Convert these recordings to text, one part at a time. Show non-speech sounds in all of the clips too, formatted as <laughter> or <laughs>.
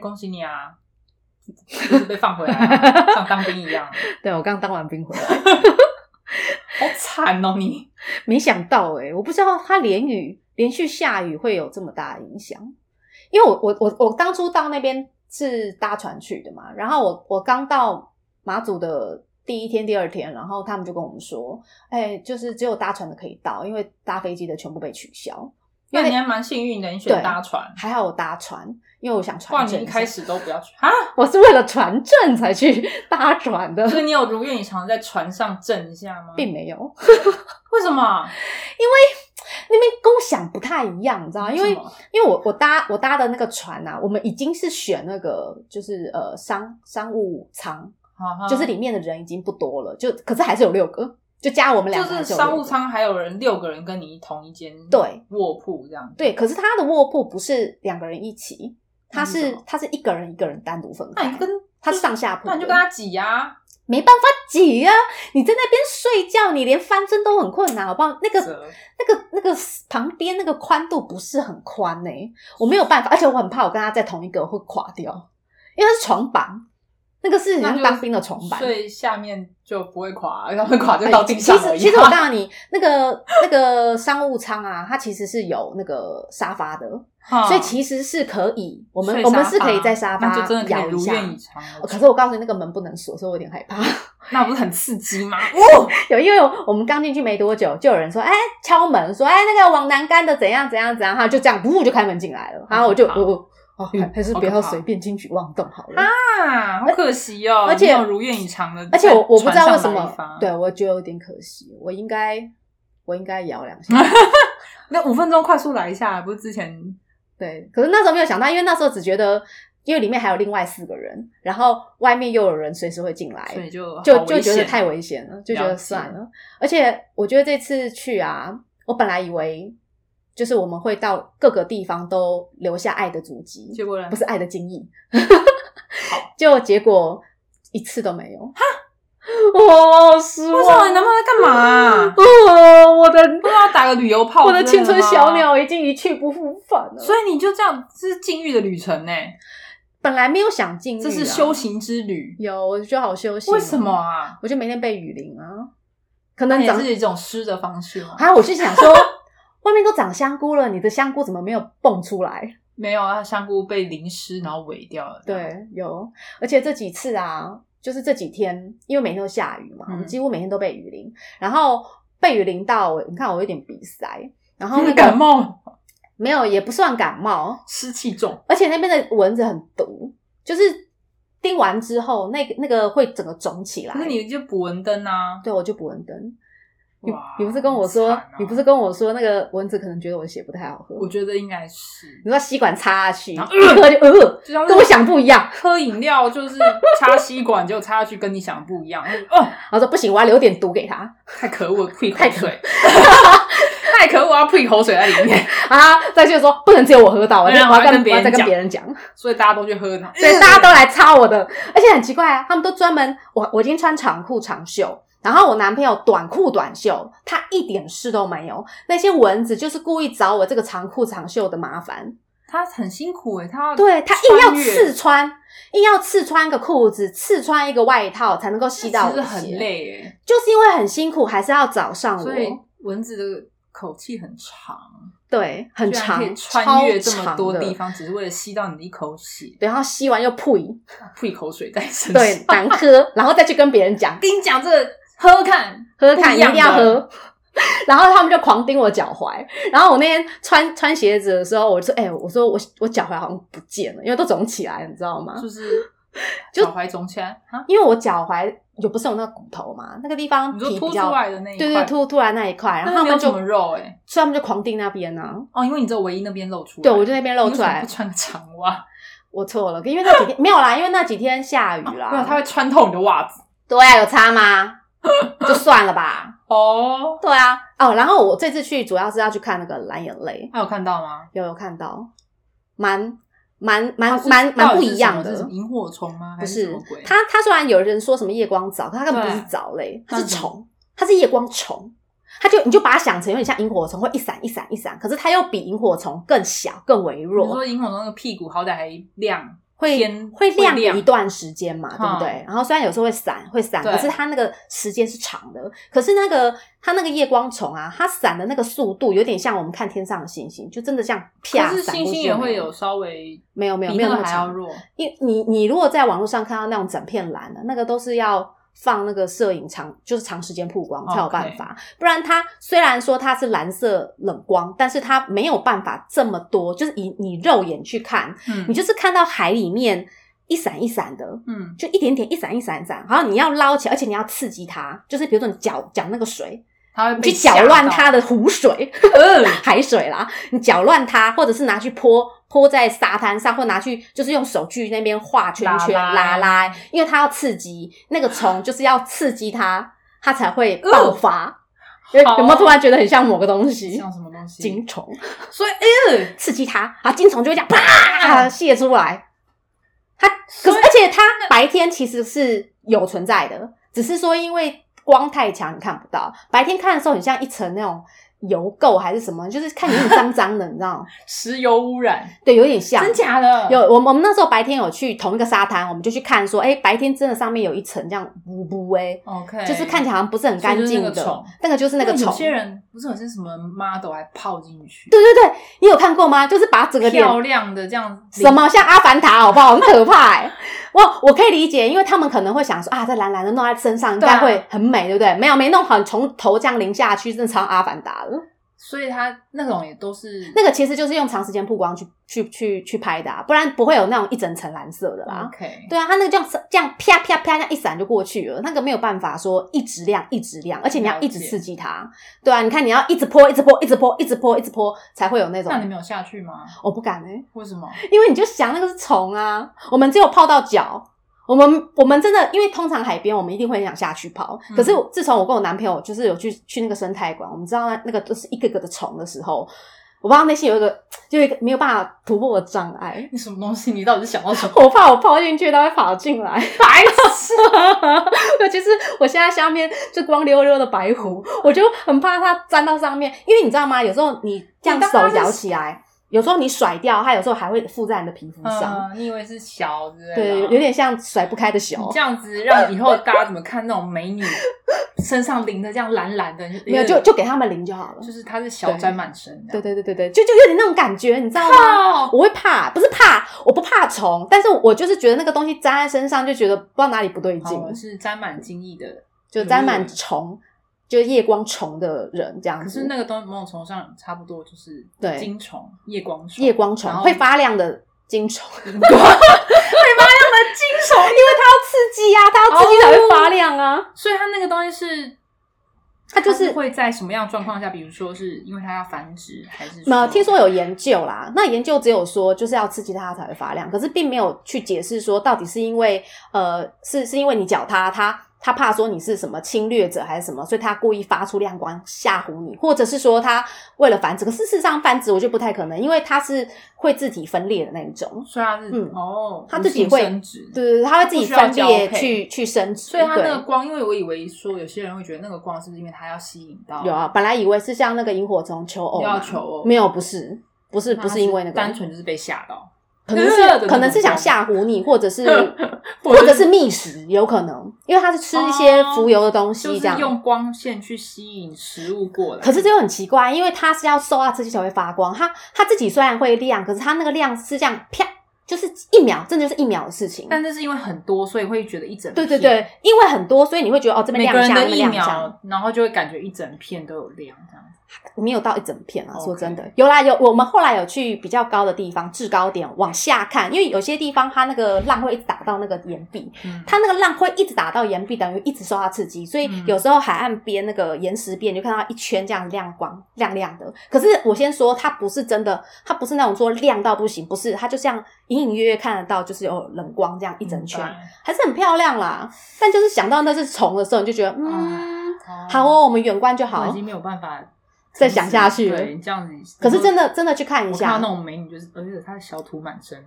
恭喜你啊！就是被放回来、啊，像当兵一 <laughs> 样，对我刚当完兵回来，好惨哦你！没想到哎、我不知道它连雨连续下雨会有这么大的影响，因为我我我我当初到那边是搭船去的嘛，然后我我刚到马祖的第一天、第二天，然后他们就跟我们说，哎、就是只有搭船的可以到，因为搭飞机的全部被取消。因那为你还蛮幸运的，你选对搭船，还好我搭船，因为我想不然船你证。一开始都不要去啊。我是为了船证才去搭船的，所以你有如愿以偿地在船上震一下吗？并没有。为什么？那边跟我想不太一样，你知道吗？啊因为什么因为我我搭我搭的那个船啊，我们已经是选那个就是呃商商务舱，哈哈就是里面的人已经不多了，就可是还是有六个，就加我们两就个还是是有商六务个。舱还有人六个人跟你同一间对卧铺这样。对，可是他的卧铺不是两个人一起，他那是是什么他是一个人一个人单独分嗯那开你，跟他是上下铺的，那你就跟他挤啊呀、没办法挤啊！你在那边睡觉，你连翻身都很困难，好不好？那个折那个那个旁边那个宽度不是很宽呢、我没有办法，而且我很怕我跟他在同一个会垮掉，因为它是床板，那个是很那像就当兵的床板。所以下面就不会垮，然后垮就哎到地上其而实已。啊其实我告诉你，那个那个商务舱啊，它其实是有那个沙发的，哈所以其实是可以，我们哦睡我们沙是可以在发沙发那就真的可摇以一如下。愿以偿了。哦可是我告诉你，那个门不能锁，所以我有点害怕。那不是很刺激 <laughs> 吗？哦，有，因为我们刚进去没多久，就有人说，哎、敲门说，哎、那个往南干的怎样怎样怎样，他就这样，噗就开门进来了，然后我就，好可怕哦，哦，还还是不好要可怕随便轻举妄动好了。啊，好可惜哦，而且没有如愿以偿的，而且我我不知道为在什船上来一发么，，对我觉得有点可惜，我应该我应该摇两下。 <laughs> 那五分钟快速来一下，不是之前对，可是那时候没有想到，因为那时候只觉得，因为里面还有另外四个人，然后外面又有人随时会进来，所以就就好就危觉得险太危险了，就觉了得解算了。而且我觉得这次去啊，我本来以为就是我们会到各个地方都留下爱的足迹，结果呢不是爱的敬意， <laughs> 就结果一次都没有。哈，我好失不知道望。你男朋友在干嘛啊、哦，我的不知道打个旅游炮，我的青春小鸟，鸟已经一去不复返了。所以你就这样，这是禁欲的旅程呢、本来没有想进、啊，这是修。行之旅。有，我觉得好休息。为什么？啊？我就每天背雨林啊，可那能也长是一种诗的方式吗？啊，我是想说，外面都长香菇了，你的香菇怎么没有蹦出来？没有啊，香菇被淋湿，然后萎掉了。对，有，而且这几次啊，就是这几天，因为每天都下雨嘛，嗯我们几乎每天都被雨淋，然后被雨淋到我，你看我有点鼻塞，然后嗯，那个感冒，没有，也不算感冒，湿气重，而且那边的蚊子很毒，就是叮完之后，那个那个会整个肿起来可。是你就补蚊灯啊，对，我就不蚊灯。你哇你不是跟我说，好惨啊你不是跟我说那个蚊子可能觉得我的血不太好喝，我觉得应该是你，说吸管插下去，然后一喝就呃，就像跟我想不一样。喝饮料就是插吸管，就插下去，跟你想不一 <laughs> 样。哦，我说不行，我要留点毒给他太可恶，吐一口太可水， <laughs> 太可恶，我要吐一口水在里面，啊！再就说不能只有我喝到，我对要啊我我要跟要跟别我人要再跟讲嗯别人讲，所以大家都去喝它。所以大家都来插我的，而且很奇怪啊，他们都专门我我已经穿长裤长袖。然后我男朋友短裤短袖，他一点事都没有。那些蚊子就是故意找我这个长裤长袖的麻烦，他很辛苦哎、他要对他硬要穿越刺穿，硬要刺穿个裤子，刺穿一个外套才能够吸到我其实的很血，累哎、就是因为很辛苦，还是要找上我所，以蚊子的口气很长，对，很居然可以长，穿越这超么长多的地，方，只是为了吸到你的一口血，然后吸完又吐，吐一口水在身上。对，难喝，然后再去跟别人讲， <laughs> 跟你讲这个喝喝看，喝看不一样定要的喝。 <laughs> 然后他们就狂盯我脚踝，然后我那天穿穿鞋子的时候，我就说：“哎、我说我我脚踝好像不见了，因为都肿起来，你知道吗？就是 <laughs> 就脚踝肿起来啊！因为我脚踝有不是有那个骨头嘛，那个地方你皮说比凸出较来的那一块，对对，突突然那一块，然那后他没有们什就么肉哎、所以他们就狂盯那边啊。哦，因为你只有唯一那边露出来，欸对，我就那边露你为出什么来不，穿长 <laughs> 袜，我错了，因为那几天 <laughs> 没有啦，因为那几天下雨啦。哦没有，它会穿透你的袜子对啊，有差吗？ <laughs> 就算了吧。哦。对啊，哦，然后我这次去主要是要去看那个蓝眼泪，还有看到吗？有有看到，蛮蛮它蛮是蛮到蛮底不是一什样么是什的么。萤火虫吗？还不是什是么鬼？它，它虽然有人说什么夜光藻，可它根本不对啊是藻类，它那是什么虫，它是夜光虫。它就你就把它想成有点像萤火虫，会一闪一闪一闪，可是它又比萤火虫更小、更微你弱。说萤火虫那个屁股好歹还亮，会天会会亮亮一段时间嘛，对不嗯对？然后虽然有时候会散，会散，对可是它那个时间是长的。可是那个它那个夜光虫啊，它散的那个速度有点像我们看天上的星星，就真的像可啪是散星过去星就也没会了有稍微没有没有比没有那那个么还要长嗯弱，因你你如果在网络上看到那种整片蓝的，那个都是要放那个摄影长，就是长时间曝光才有办法。不然它虽然说它是蓝色冷光，但是它没有办法这么多，就是以你肉眼去看，嗯，你就是看到海里面一闪一闪的。嗯就一点点，一闪一闪一闪，然后你要捞起来，而且你要刺激它，就是比如说你搅搅那个水，它会你被去搅吓乱到它的呃湖水，嗯海水啦，你搅乱它，或者是拿去泼泼在沙滩上，或拿去就是用手去那边画圈圈拉拉拉拉，因为它要刺激那个虫，就是要刺激它，它才会爆发。有有没有突然觉得很像某个东西？ <laughs> 哦像什么东西？金虫所以哎，刺激它啊，金虫就会这样嗯啪泄出来。它可是，而且它白天其实是有存在的，只是说因为光太强，你看不到。白天看的时候，很像一层那种油垢还是什么，就是看起来很脏脏的，你知道吗？ <laughs> 石油污染，对，有点像。真假的？有我们我们那时候白天有去同一个沙滩，我们就去看说，哎、白天真的上面有一层这样乌乌哎， OK，就是看起来好像不是很干净所以就是那个的虫，那个就是那个有虫。些人不是有些什么 model 还泡进去，对对对，你有看过吗？就是把整个脸漂亮的这样子什么像阿凡达好不好？很可怕哎、 <laughs> 我我可以理解，因为他们可能会想说啊，这蓝蓝的弄在身上应对啊该会很美，对不对？没有没弄好，你从头这样淋下去，真的超阿凡达的。 <laughs> 所以它那种也都是那个其实就是用长时间曝光去去去去拍的、啊，不然不会有那种一整层蓝色的啦。 OK，对啊，它那个这样这样啪啪啪，这样一闪就过去了，那个没有办法说一直亮一直亮，而且你要一直了解刺激它。对啊，你看你要一直泼，一直泼，一直泼，一直泼，一直泼，才会有那种那。你没有下去吗？我不敢哎、为 <laughs> 什么？因为你就想那个是虫啊，我们只有泡到脚。我们我们真的，因为通常海边我们一定会很想下去泡，嗯可是我自从我跟我男朋友就是有去去那个生态馆，我们知道那那个都是一个个的虫的时候，我不知道内心有一个就有一个没有办法突破的障碍，你什么东西？你到底是想到什么？<laughs> 我怕我泡进去它会跑进来。 <laughs> 白痴！尤其是我现在下面就光溜溜的白狐，我就很怕它粘到上面，因为你知道吗？有时候你这样你当它手是摇起来，有时候你甩掉，它有时候还会附在你的皮肤上，嗯，你以为是小之类的？对，有点像甩不开的你熊这。样子让以后大家怎么看那种美女身上淋的这样蓝蓝的？没有，就就给他们淋就好了。就是她是小沾满身对的。对对对对，就就有点那种感觉，你知道吗？哦，我会怕，不是怕，我不怕虫，但是我就是觉得那个东西粘在身上，就觉得不知道哪里不对好，劲，我是沾满精液的。就沾满虫，就是夜光虫的人这样子。可是那个东西某种程度上差不多就是对金虫、夜光虫、夜光虫然后会发亮的金 <laughs> 虫，荧光会发亮的金虫，因为它要刺激啊，它要哦刺激才会发亮啊。所以它那个东西是，它就它是是会在什么样的状况下？比如说是因为它要繁殖，还是没有呃听说有研究啦，那研究只有说就是要刺激它才会发亮，可是并没有去解释说到底是因为呃是是因为你搅它，它它怕说你是什么侵略者还是什么，所以它故意发出亮光吓唬你，或者是说它为了繁殖。可是事实上繁殖我就不太可能，因为它是会自体分裂的那一种，所以它是、嗯哦，它自己会无性生殖，对对对，它会自己分它不需要裂交配去去生殖，所以它那对个光，因为我以为说有些人会觉得那个光是不是因为它要吸引到有啊，本来以为是像那个萤火虫求偶又要嘛求偶没有，不是，不是，那不它是因为那个，单纯就是被吓到，可 <laughs> 呃能的那是种可能是想光吓唬你，或者是 <laughs> 或或者是觅食，有可能，因为它是吃一些哦浮游的东就西这是样。用光线去吸引食物过来。可是这又很奇怪，因为它是要受到刺激才会发光，它它自己虽然会亮，可是它那个亮是这样啪，就是一秒，真的就是一秒的事情。但这是因为很多，所以会觉得一整对对片。对，因为很多，所以你会觉得哦，这边每亮个人的一下，那边疫亮一下，苗，然后就会感觉一整片都有亮，这样没有到一整片啊。 OK 说真的，有啦有，我们后来有去比较高的地方，制高点往下看，因为有些地方它那个浪会一直打到那个岩壁，子。嗯，它那个浪会一直打到岩壁，等于一直受到刺激，所以嗯有时候海岸边那个岩石边，你就看到一圈这样亮光亮亮的。可是我先说，它不是真的，它不是那种说亮到不行，不是，它就像隐隐约约看得到，就是有冷光这样一整圈，明白还是很漂亮啦。但就是想到那是虫的时候，你就觉得嗯，好哦，我们远观就啊我已好经，没有办法再想下去了对，这样子。可是真的真的去看一我下看到那种美女，就是而且她的小土满身，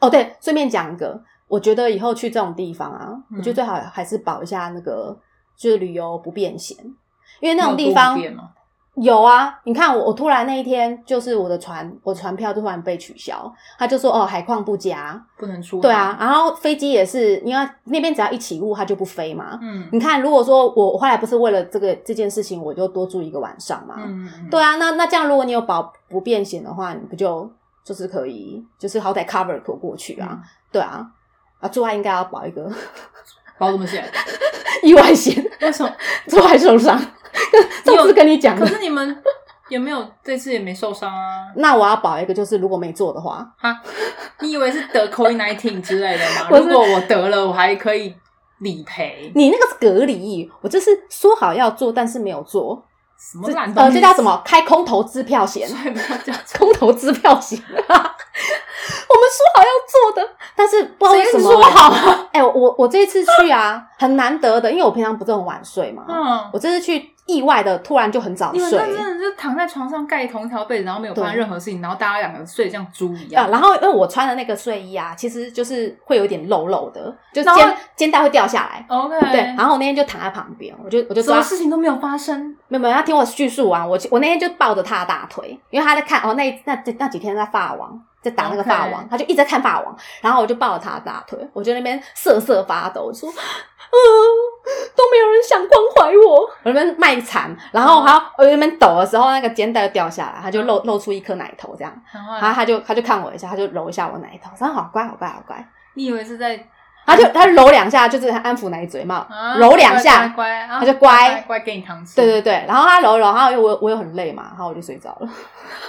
哦，对，顺便讲一个，我觉得以后去这种地方啊，嗯我觉得最好还是保一下那个就是旅游不便险，因为那种地有多方不便吗有啊，你看我，我突然那一天就是我的船，我船票突然被取消，他就说哦海况不佳，不能出。对啊，，然后飞机也是，因为那边只要一起雾，它就不飞嘛。嗯你看，如果说我我后来不是为了这个这件事情，我就多住一个晚上嘛，嗯嗯，对啊，那那这样如果你有保不便险的话，你不就就是可以，就是好歹 cover 躲过去啊，嗯，对啊，啊，住外应该要保一个 <laughs> 保什么险？意外险，为什 <laughs> 么？住外受伤， <laughs> 你上有次跟你讲可的，是你们也没有，这次也没受伤啊。那我要保一个，就是如果没做的话，哈，你以为是得 COVID nineteen 之类的吗？ <laughs> 我是如果我得了，我还可以理赔。你那个是隔离，我就是说好要做，但是没有做，什么这烂东呃，西？这叫什？么？开空头支票 <laughs> 险。所以不要这样讲。空头支票险、 <laughs> 我们说好要做的，但是不知道为什么谁说好啊？哎、我我这一次去啊，很难得的，因为我平常不是很晚睡嘛，嗯，我这次去意外的突然就很早你们睡那真的就是躺在床上盖同一条被子，然后没有发生对任何事情，然后大家两个睡得像猪一啊，样。然后因为我穿的那个睡衣啊，其实就是会有点露露的，就然后肩肩带会掉下来。 OK，对，然后我那天就躺在旁边，我就我就什么抓，啊事情都没有发生。没有没有，他听我叙述完，我我那天就抱着他的大腿，因为他在看哦，那那那几天在发网，在打那个发网 OK 他就一直在看发网，然后我就抱着他的大腿，我就在那边瑟瑟发抖，我说，嗯、都没有人想关怀我，我在那边卖惨，然嗯后还要我在那边抖的时候，那个肩带就掉下来，他就露露出一颗奶头这样，然后然后呢他就他就看我一下，他就揉一下我奶头，说好乖好乖好乖，你以为是在他就他揉两下，就是安抚奶嘴嘛，啊揉两下，乖乖，啊他就乖乖乖给你糖吃。对对对，然后他揉一揉，然后因为我我又很累嘛，然后我就睡着了。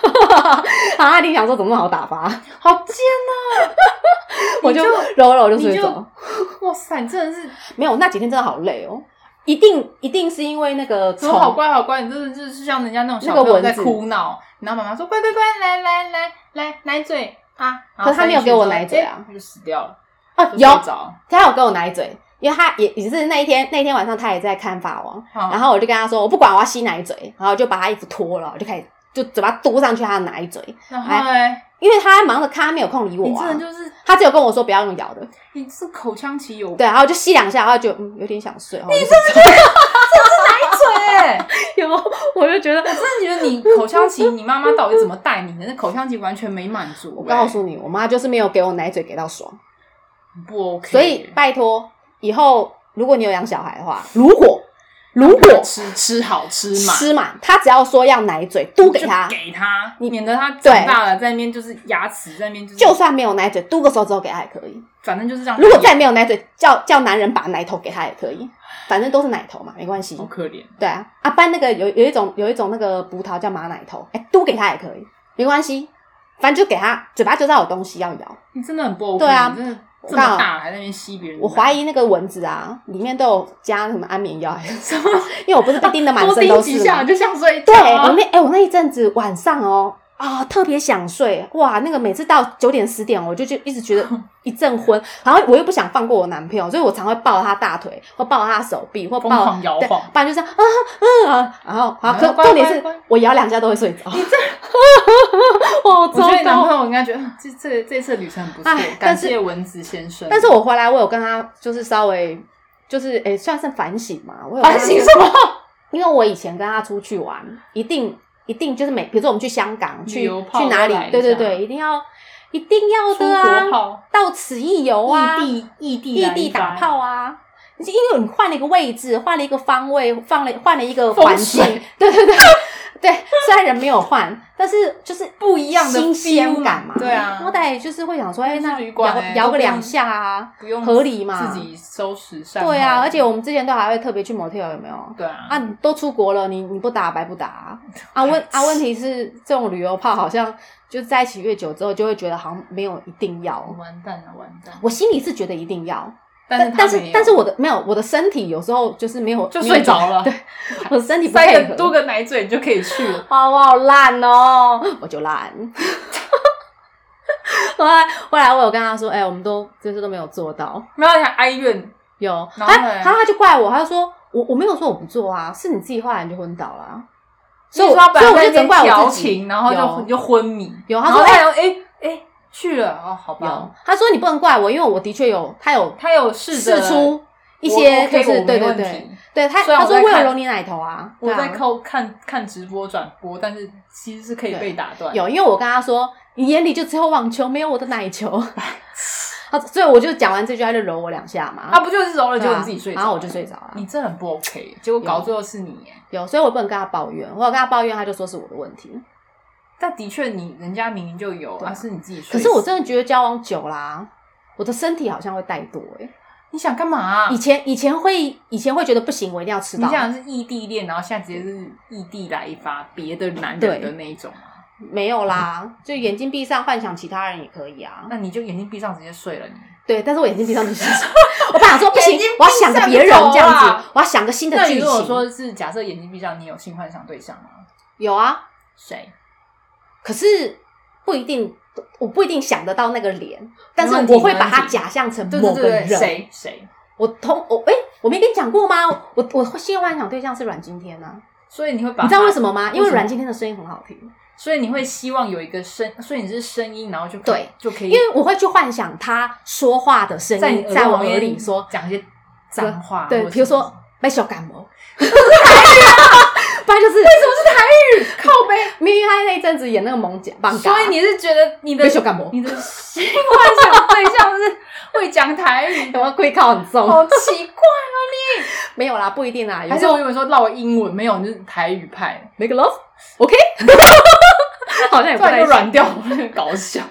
<laughs> 然后他一定想说怎么那么好 <laughs> 打发，好贱呐！ <laughs> 我就你揉一揉就你睡就着了。 <laughs> 哇塞，你真的是没有，那几天真的好累哦，一定一定是因为那个怎么好虫，乖好乖，你真的就是像人家那种小那个朋友蚊在子哭闹，然后妈妈说乖乖乖，来来来来奶嘴啊，可是他没有给我奶嘴啊哎他就死掉了，啊就有睡着。他有跟我奶嘴，因为他也也是那一天那一天晚上他也在看法王，然然后我就跟他说我不管我要吸奶嘴，然后我就把他衣服脱了，我就开始就嘴巴嘟上去他的奶嘴，然后嘞，因为他忙着看，他没有空哎理我你啊真的。就是他只有跟我说不要用咬的，你是口腔期有对，然后我就吸两下，然后就嗯有点想睡，你真 <laughs> 的嘴欸， <laughs> 有，我就觉得我真的觉得你口腔期，你妈妈到底怎么带你的？那口腔期完全没满足欸，我告诉你，我妈就是没有给我奶嘴给到爽，不 OK，所以拜托以后如果你有养小孩的话，如果如果吃吃好吃嘛，吃满，他只要说要奶嘴，嘟给他，就给他，你免得他对长大了在那边就是牙齿在那边就是，就算没有奶嘴，嘟个手指头给他也可以。反正就是这样。如果再没有奶嘴，叫叫男人把奶头给他也可以，反正都是奶头嘛，没关系好。可怜，对啊，阿班那个有有一种有一种那个葡萄叫马奶头，哎、嘟给他也可以，没关系，反正就给他嘴巴就知道有东西要咬。你真的很不 OK，对啊你真的我这看么啊大还在那边吸别人的我奶，怀疑那个蚊子啊，里面都有加什么安眠药还是什么因为我不是被叮的 <laughs> 满多身叮都几是下吗？就想睡觉对，啊，我那哎、我那一阵子晚上哦啊、特别想睡哇，那个每次到九点十点，我就就一直觉得一阵昏，然后我又不想放过我男朋友，所以我常会抱他大腿，或抱他手臂，或疯抱狂摇对晃不然就这样啊啊啊，然后好，可乖重点乖是乖我摇两下都会睡着。你这， <laughs> 哦，我觉得糟你男朋糕！友应该觉得这这这次旅程很不错哎，感但是谢蚊子先生。但是我回来，我有跟他就是稍微就是哎、算是反省嘛，我有啊跟他反省什么？因为我以前跟他出去玩，一定一定就是每，比如说我们去香港，旅去游泡去要哪来一里，下对对对，一定要一定要出的国啊，炮，到此一游啊，异地异地异来地一发打，炮啊。因为你换了一个位置，换了一个方位，放了换了一个风环境水，对对 <laughs> 对对，虽然人没有换，但是就是不一样的新 feel 鲜感嘛嘛，对啊好歹就是会想说，哎，那那是旅馆摇欸摇都不个两用下啊，不用合理嘛自己收拾善后。对啊，而且我们之前都还会特别去 motel，有没有？对啊，啊，你都出国了，你你不打白不打啊？啊问啊，问题是这种旅游炮好像就在一起越久之后，就会觉得好像没有一定要。完蛋了，完蛋了！我心里是觉得一定要，但但他没是有但是我的没有，我的身体有时候就是没有就睡着了没有对，我的身体不塞配个合，多个奶嘴你就可以去了。哇，我好烂哦，我就烂。 <laughs> 后来后来我有跟他说，哎、我们都就是都没有做到，没有他哀怨，有，然他后嘞他他就怪我，他就说我我没有说我不做啊，是你自己后来你就昏倒了啊、所以你我说他所本以来我在那就边责怪调我自己，情，然后就有就昏迷。有然他后说他有哎哎去了哦，好吧有，，他说你不能怪我，因为我的确有他有他有试着试出一些我就 OK，是我没对对问对题，对他，虽然他我说在为了看揉你奶头啊，我在对啊靠看看直播转播，但是其实是可以被打断。有，因为我跟他说，你眼里就只有网球，没有我的 <laughs> 奶球。他所以我就讲完这句，他就揉我两下嘛。啊，不就是揉了，结对啊果你自己睡着，然后我就睡着了你这很不 OK，结果搞最后是你耶。有，所以我不能跟他抱怨。我有跟他抱怨，他就说是我的问题。但的确，你人家明明就有对啊啊，是你自己睡可死。是我真的觉得交往久啦、我的身体好像会怠惰、欸。你想干嘛啊？以前以前会以前会觉得不行，我一定要吃你到。讲的是异地恋，然后现在直接是异地来一发别的男人的那一种啊，没有啦，就眼睛闭上，幻想其他人也可以啊。嗯那你就眼睛闭上直接睡了你。对，但是我眼睛闭上就是， <laughs> 我本来说不行眼睛，我要想个别人闭上就这样好子啦，我要想个新的那你剧如果情。说是假设眼睛闭上，你有性幻想对象吗？有啊，谁？可是不一定，我不一定想得到那个脸，但是没问题我会把没它问题假象成对某对个对人。对，谁谁？我通我哎、我没跟你讲过吗？我我性幻想对象是阮经天啊，所以你会把你知道为什么？么吗？因为为什么阮经天的声音很好听，所以你会希望有一个声，所以你是声音，然后就可以对就可以因为我会去幻想他说话的声在音你在我旁耳边里说，讲一些脏话，对，或者比如什说么被小感 <laughs> 冒，不然就是为什么靠背。是？因为他那一阵子演那个猛甲，棒嘎所以你是觉得你的被小感冒，你的性幻想对象是会讲台 <laughs> 语有的没有跪靠很重？好奇怪啊！没有啦，不一定啦，哦有还时是候我以为说绕英文，没有，你是台语派，<laughs> make love，OK，、好像也突不太然就像软掉，搞笑。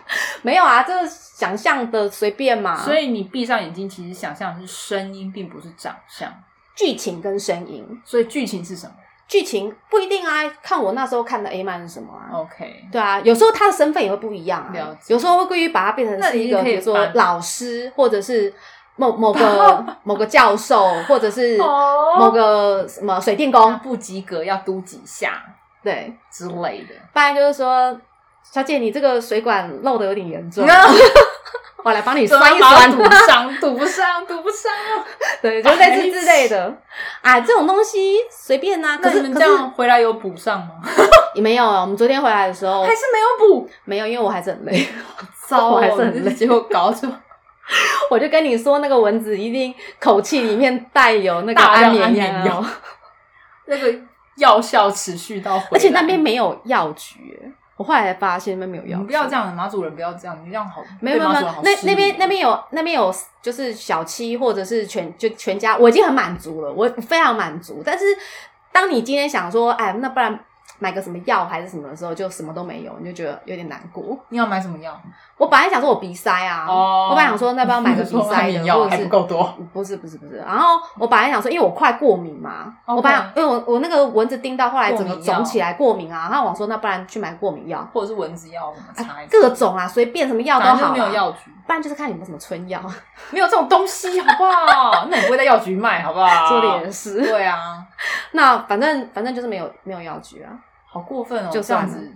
没有啊，这是想象的随便嘛。 <laughs> 所以你闭上眼睛，其实想象的是声音，并不是长相。剧情跟声音，所以剧情是什么剧情不一定啊，看我那时候看的 A 漫是什么啊。 ？OK，对啊，有时候他的身份也会不一样了啊解，有时候会故意把他变成那是你一就个，可以比如说把老师，或者是某 <laughs> 某个某个教授，或者是哦某个什么水电那工，不及格要嘟几下对，之类 <laughs> 的。不然就是说，小姐你这个水管漏的有点严 <laughs> 重，我来帮你怎么栓一把它栓，堵 <laughs> 上，堵不上，堵不上。 <laughs> 对，就类似之类的。啊，这种东西随便呐、可那是你们可这是样回来有补上吗？也没有啊。我们昨天回来的时候还是没有补？没有，因为我还是很累。 <laughs> 糟我哦，还是很累你这结果搞出我就跟你说，那个蚊子一定口气里面带有那个大安量眠药，安眠药 <laughs> 那个药效持续到回来。而且那边没有药局、我后来才发现那边没有你药们不要局。这样，马主任不要这样，你这样好，嗯没有对没有马没主有任好，那失礼那边那边有那边有就是小七或者是全就全家，我已经很满足了，我非常满足。但是当你今天想说，哎，那不然买个什么药还是什么的时候，就什么都没有，你就觉得有点难过。你要买什么药？我本来想说我鼻塞啊，哦我本来想说那要不要 <laughs> 买个鼻塞你的，药或者还是啊不够多，不是不是不是，然后我本来想说，因为我快过敏嘛 OK 我本来因为我我那个蚊子叮到，后来整个过敏药肿起来过敏啊，然后我说那不然去买过敏药，或者是蚊子药，我们擦一下。各种啊，随便什么药都反正好、就啊，没有，药局，不然就是看有没有什么春药，没有这种东西，好不 <laughs> 好？那你不会在药局卖，好不好？说的也是。对啊， <laughs> 那反正反正就是没有没有药局啊，好过分哦，就这算样了子。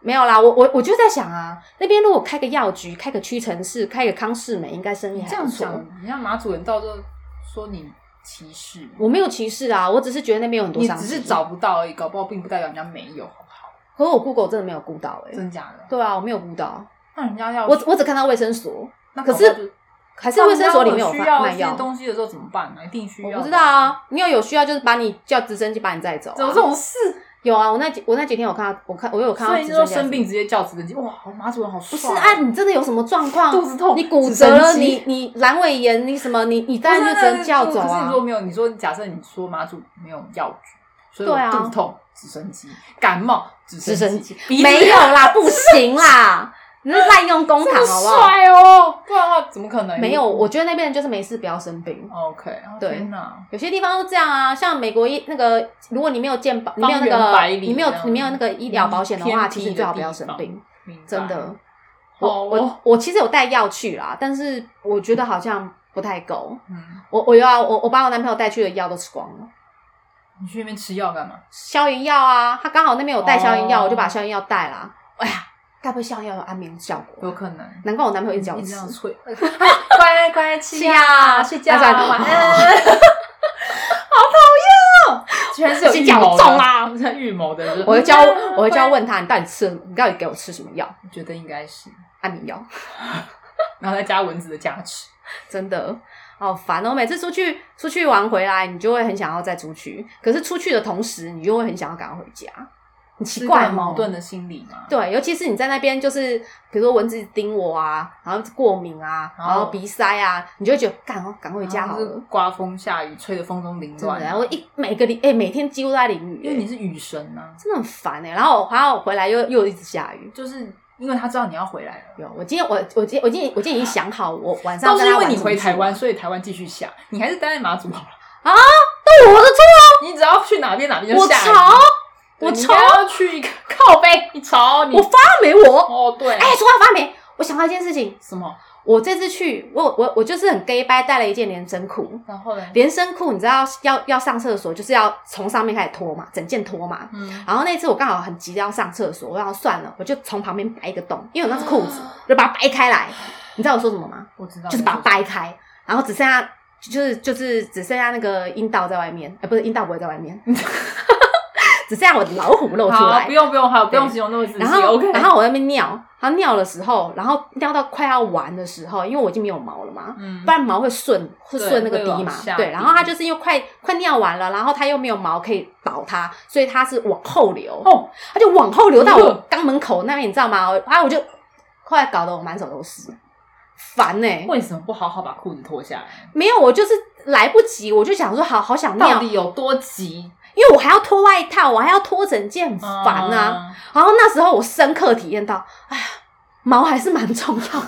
没有啦，我我我就在想啊，那边如果开个药局，开个屈臣氏，开个康士美，应该生意你还这样啊不错。想，你让马主任到时候说你歧视，我没有歧视啊，我只是觉得那边有很多你商机，只是找不到而已，搞不好并不代表人家没有，好不好？可是我 Google 真的没有估到哎、欸。真假的？对啊，我没有估到，那人家要我我只看到卫生所，那可搞不好是就还是卫生所里面有需发要卖一些药。东西的时候怎么办呢？一定需要。我不知道，啊，你有有需要就是把你叫直升机把你载走、啊怎么这？种事？有啊，我那几我那几天有看到，我看我有看到所直以升你机说在生病直接叫直升机，哇，马主任好不帅是哦！啊？你真的有什么状况？肚子痛你骨折了，直升你机你阑尾炎，你什么？你你当然就不只是能叫走可是啊你。说没有，你说假设你说马祖没有药局，所以对啊我肚子痛直升机，感冒直直升机机，没有 <laughs> 啦，不行啦，你是滥用公这堂么好不好？帅哦，不然的话怎么可能没有，我觉得那边人就是没事不要生病。 OK，哦对天哪，有些地方都这样啊，像美国医那个，如果你没有健保，你没有方那圆个，百里你没有这样你没有那个医疗保险的话，偏其僻实最好不要生的地病方，明白真的。我哦我我其实有带药去啦，但是我觉得好像不太够。嗯，我我又要我我把我男朋友带去的药都吃光了，你去那边吃药干嘛？消炎药啊，他刚好那边有带消炎药，哦我就把消炎药带啦。哎呀，该不会消炎药有安眠效果有吧？可能。难怪我男朋友一直叫我一直吃哦这。样催，乖乖吃药，睡觉，那算 <laughs> 了晚安。居然是有先预讲谋中的啊，这预谋的嗯人。我会 <laughs> 教我会会教，问他，你到底吃了什么？你到底给我吃什么药？我觉得应该是，安眠药，然后再加蚊子的加持。 <laughs> 真的。好烦哦！每次出去出去玩回来，你就会很想要再出去，可是出去的同时，你又会很想要赶快回家，很奇是怪、怪哦、矛盾的心理嘛。对，尤其是你在那边，就是比如说蚊子叮我啊，然后过敏啊，然然后后鼻塞啊，你就会觉得赶快赶快回家然好后就是了。刮风下雨，吹得风中凌真的，乱，然后一每个淋，哎、每天几乎都在淋雨、嗯因为欸你是雨神啊呐、真的很烦哎、然后我还要回来又又一直下雨。就是因为他知道你要回 <laughs> 来了。有，我今天我我今天我今天我今天已经想好，我晚上倒是要跟他因为玩你什么回剧台湾，所以台湾继续下，你还是待在马祖好哦了。对我的你只要去哪边哪边就我下雨。潮，对我你潮应，该要去一个靠背，你潮你我发霉我。哦对，哎、说到发霉，我想到一件事情，什么？我这次去，我我我就是很 gay 掰，带了一件连身裤。然后呢？连身裤你知道要要上厕所，就是要从上面开始脱嘛，整件脱嘛。嗯，然后那次我刚好很急着要上厕所，我想算了，我就从旁边掰一个洞，因为我那是裤啊子，我就把它掰开来。你知道我说什么吗？我知道，就是把它掰开，然后只剩下就是就是只剩下那个阴道在外面，哎、不是阴道不会在外面， <laughs> 只剩下我的老虎露出好，来不。用不用，还有不用对形容那么仔细。然后 OK，然后我在那边尿，然后尿的时候，然后尿到快要完的时候，因为我已经没有毛了嘛，嗯不，然毛会顺，会对顺那个会滴往嘛下。对，滴然后它就是因为快快尿完了，然后它又没有毛可以保它，所以它是往后流，哦，它就往后流到哟我肛门口那边，你知道吗？我啊，我就后来搞得我满手都是，烦欸呢、为什么不好好把裤子脱下来？没有，我就是来不及，我就想说好好想到尿，底有多急？因为我还要脱外套，我还要脱整件，很烦啊。嗯！然后那时候我深刻体验到，哎呀，毛还是蛮重要的。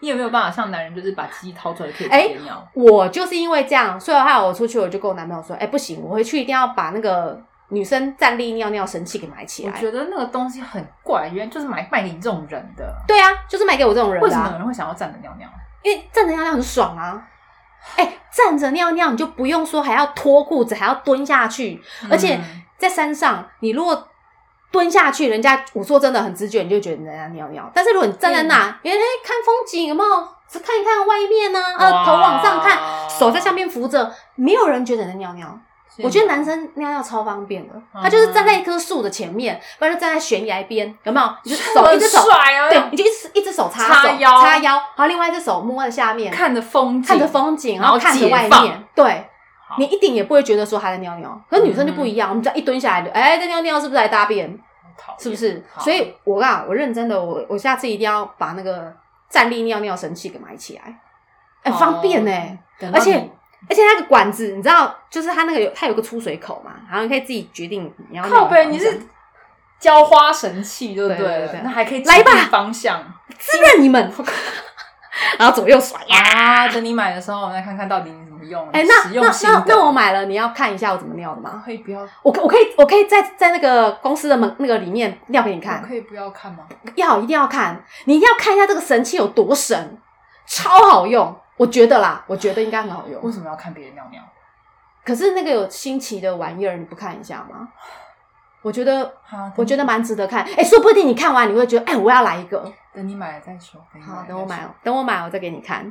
你有没有办法像男人，就是把鸡掏出来可以直哎接尿？我就是因为这样，所以后来我出去，我就跟我男朋友说：“哎、不行，我回去一定要把那个女生站立尿尿神器给买起我来。觉得那个东西很怪，原来就是买卖给你这种人的。”对啊，就是买给我这种人为的、什么有啊，人会想要站着尿尿？因为站着尿尿很爽啊。哎、站着尿尿你就不用说还要脱裤子，还要蹲下去，而且嗯在山上，你如果蹲下去，人家我说真的很直觉，你就觉得人家尿尿。但是如果你站在那，嗯原来、看风景有没有，只看一看外面呢、啊，呃，头往上看，看手在下，面扶着，没有人觉得人在尿尿。是吗我觉得男生尿尿超方便的，嗯他就是站在一棵树的前面，不然就站在悬崖边，有没有？你就手一很只手，帅啊，对，你就一只一只手插手叉腰插腰，然后另外一只手摸在下面，看着风景，看着风景，然然后后看着解外放面，对。好嗯你一点也不会觉得说他在尿尿，可是女生就不一样，我们只要一蹲下来就，哎、在尿尿是不是来大便？好讨厌，是不是？好所以我啊，我认真的，我我下次一定要把那个站立尿尿神器给买起来，哎、方哦便呢、等到而你且而且那个管子，你知道，就是它那个有它有个出水口嘛，然后你可以自己决定你要靠背，背，你是浇花神器，对不对对对那还可以来吧指定方向滋润你们，然后左右甩 <laughs> 呀。啊！等你买的时候，我们再看看到底你怎么用。哎、你那实那用性那的那我买了，你要看一下我怎么尿的吗？可以不要，我可我可以我可以在在那个公司的门那个里面尿给你我看，可以不要看吗？要一定要看，你一定要看一下这个神器有多神，超好用，我觉得啦，我觉得应该很好为用。什么要看别人尿尿可是那个有新奇的玩意儿，你不看一下吗？我觉得啊？我觉得得蛮值得看，哎、说不定你看完你会觉得，哎、我要来一个。等你买了再说。你好，了等我再买哦说。，等我买，我再给你看。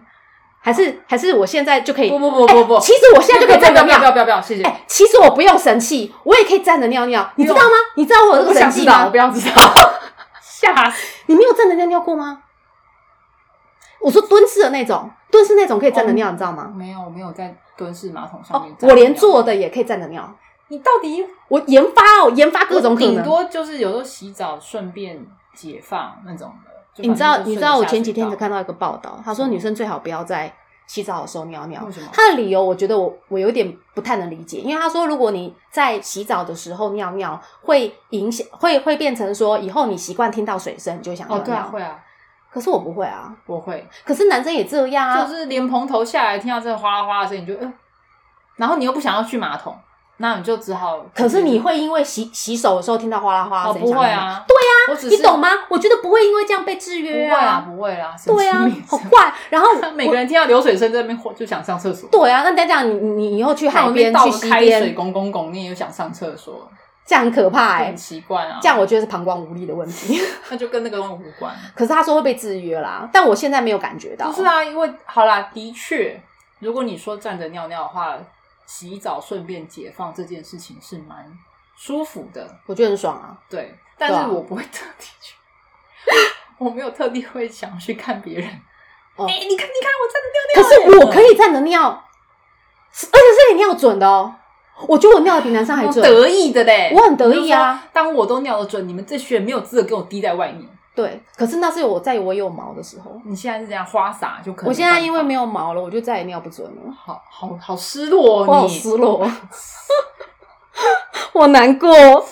还是还是我现在就可以？不不不不不哎其实我现在就可以站不着要不要不要不要尿。不要，谢谢。哎、其实我不用神器，我也可以站着尿尿，你知道吗？你知道我有不这个神啊想知器道，我吗不？要知道， <laughs> 吓死！你没有站着尿尿过吗？我说蹲式的那种，蹲式那种可以站着尿，你知道吗？没有，我没有在蹲式马桶上哦面，站着尿。我连坐的也可以站着尿，你到底我研发哦，研发各种可能。顶多就是有时候洗澡顺便解放那种的。就你知反道，正就你知道我顺着下前水几天道才看到一个报道，他说女生最好不要在洗澡的时候尿尿为什么。他的理由，我觉得我我有点不太能理解，因为他说如果你在洗澡的时候尿尿，会影响，会会变成说以后你习惯听到水声，你就会想哦，尿尿。对啊，会啊，可是我不会啊，我会，可是男生也这样啊。就是莲蓬头下来，听到这个哗啦哗啦的声音，你就嗯、呃然后你又不想要去马桶，那你就只好。可是你会因为洗洗手的时候听到哗啦哗啦哦，声音不想会尿尿，啊，对呀、我只是你懂吗？我觉得不会因为这样被制不约会啊，不会啦，神对啊经病，好怪。然后 <laughs> 每个人听到流水声在那边哗就想上厕所， <laughs> 对啊，那再这样，你你你以后去看海我那边、倒去了溪开水边，拱拱拱，你也想上厕所，这样很可怕哎、很奇怪啊。这样我觉得是膀胱无力的问题。 <laughs> 那就跟那个东西无关。可是他说会被制约啦，但我现在没有感觉到。不是啊，因为好啦，的确，如果你说站着尿尿的话，洗澡顺便解放这件事情是蛮舒服的，我觉得很爽啊。对，但对啊是 <laughs> 我不会特地去，我没有特地会想去看别人哦哎、你看，你看，我站着尿可啊尿。是我可以站着尿，是而且是你尿准的哦。我觉得我尿的比男生还我准，哦得意的嘞，我很得意啊我就说！当我都尿得准，你们这群人没有资格跟我滴在外面。对。可是那是我在我有毛的时候，你现在是这样花洒就可以。我现在因为没有毛了，我就再也尿不准了，好好好 <laughs> 失落、我哦，好你失落，我难过。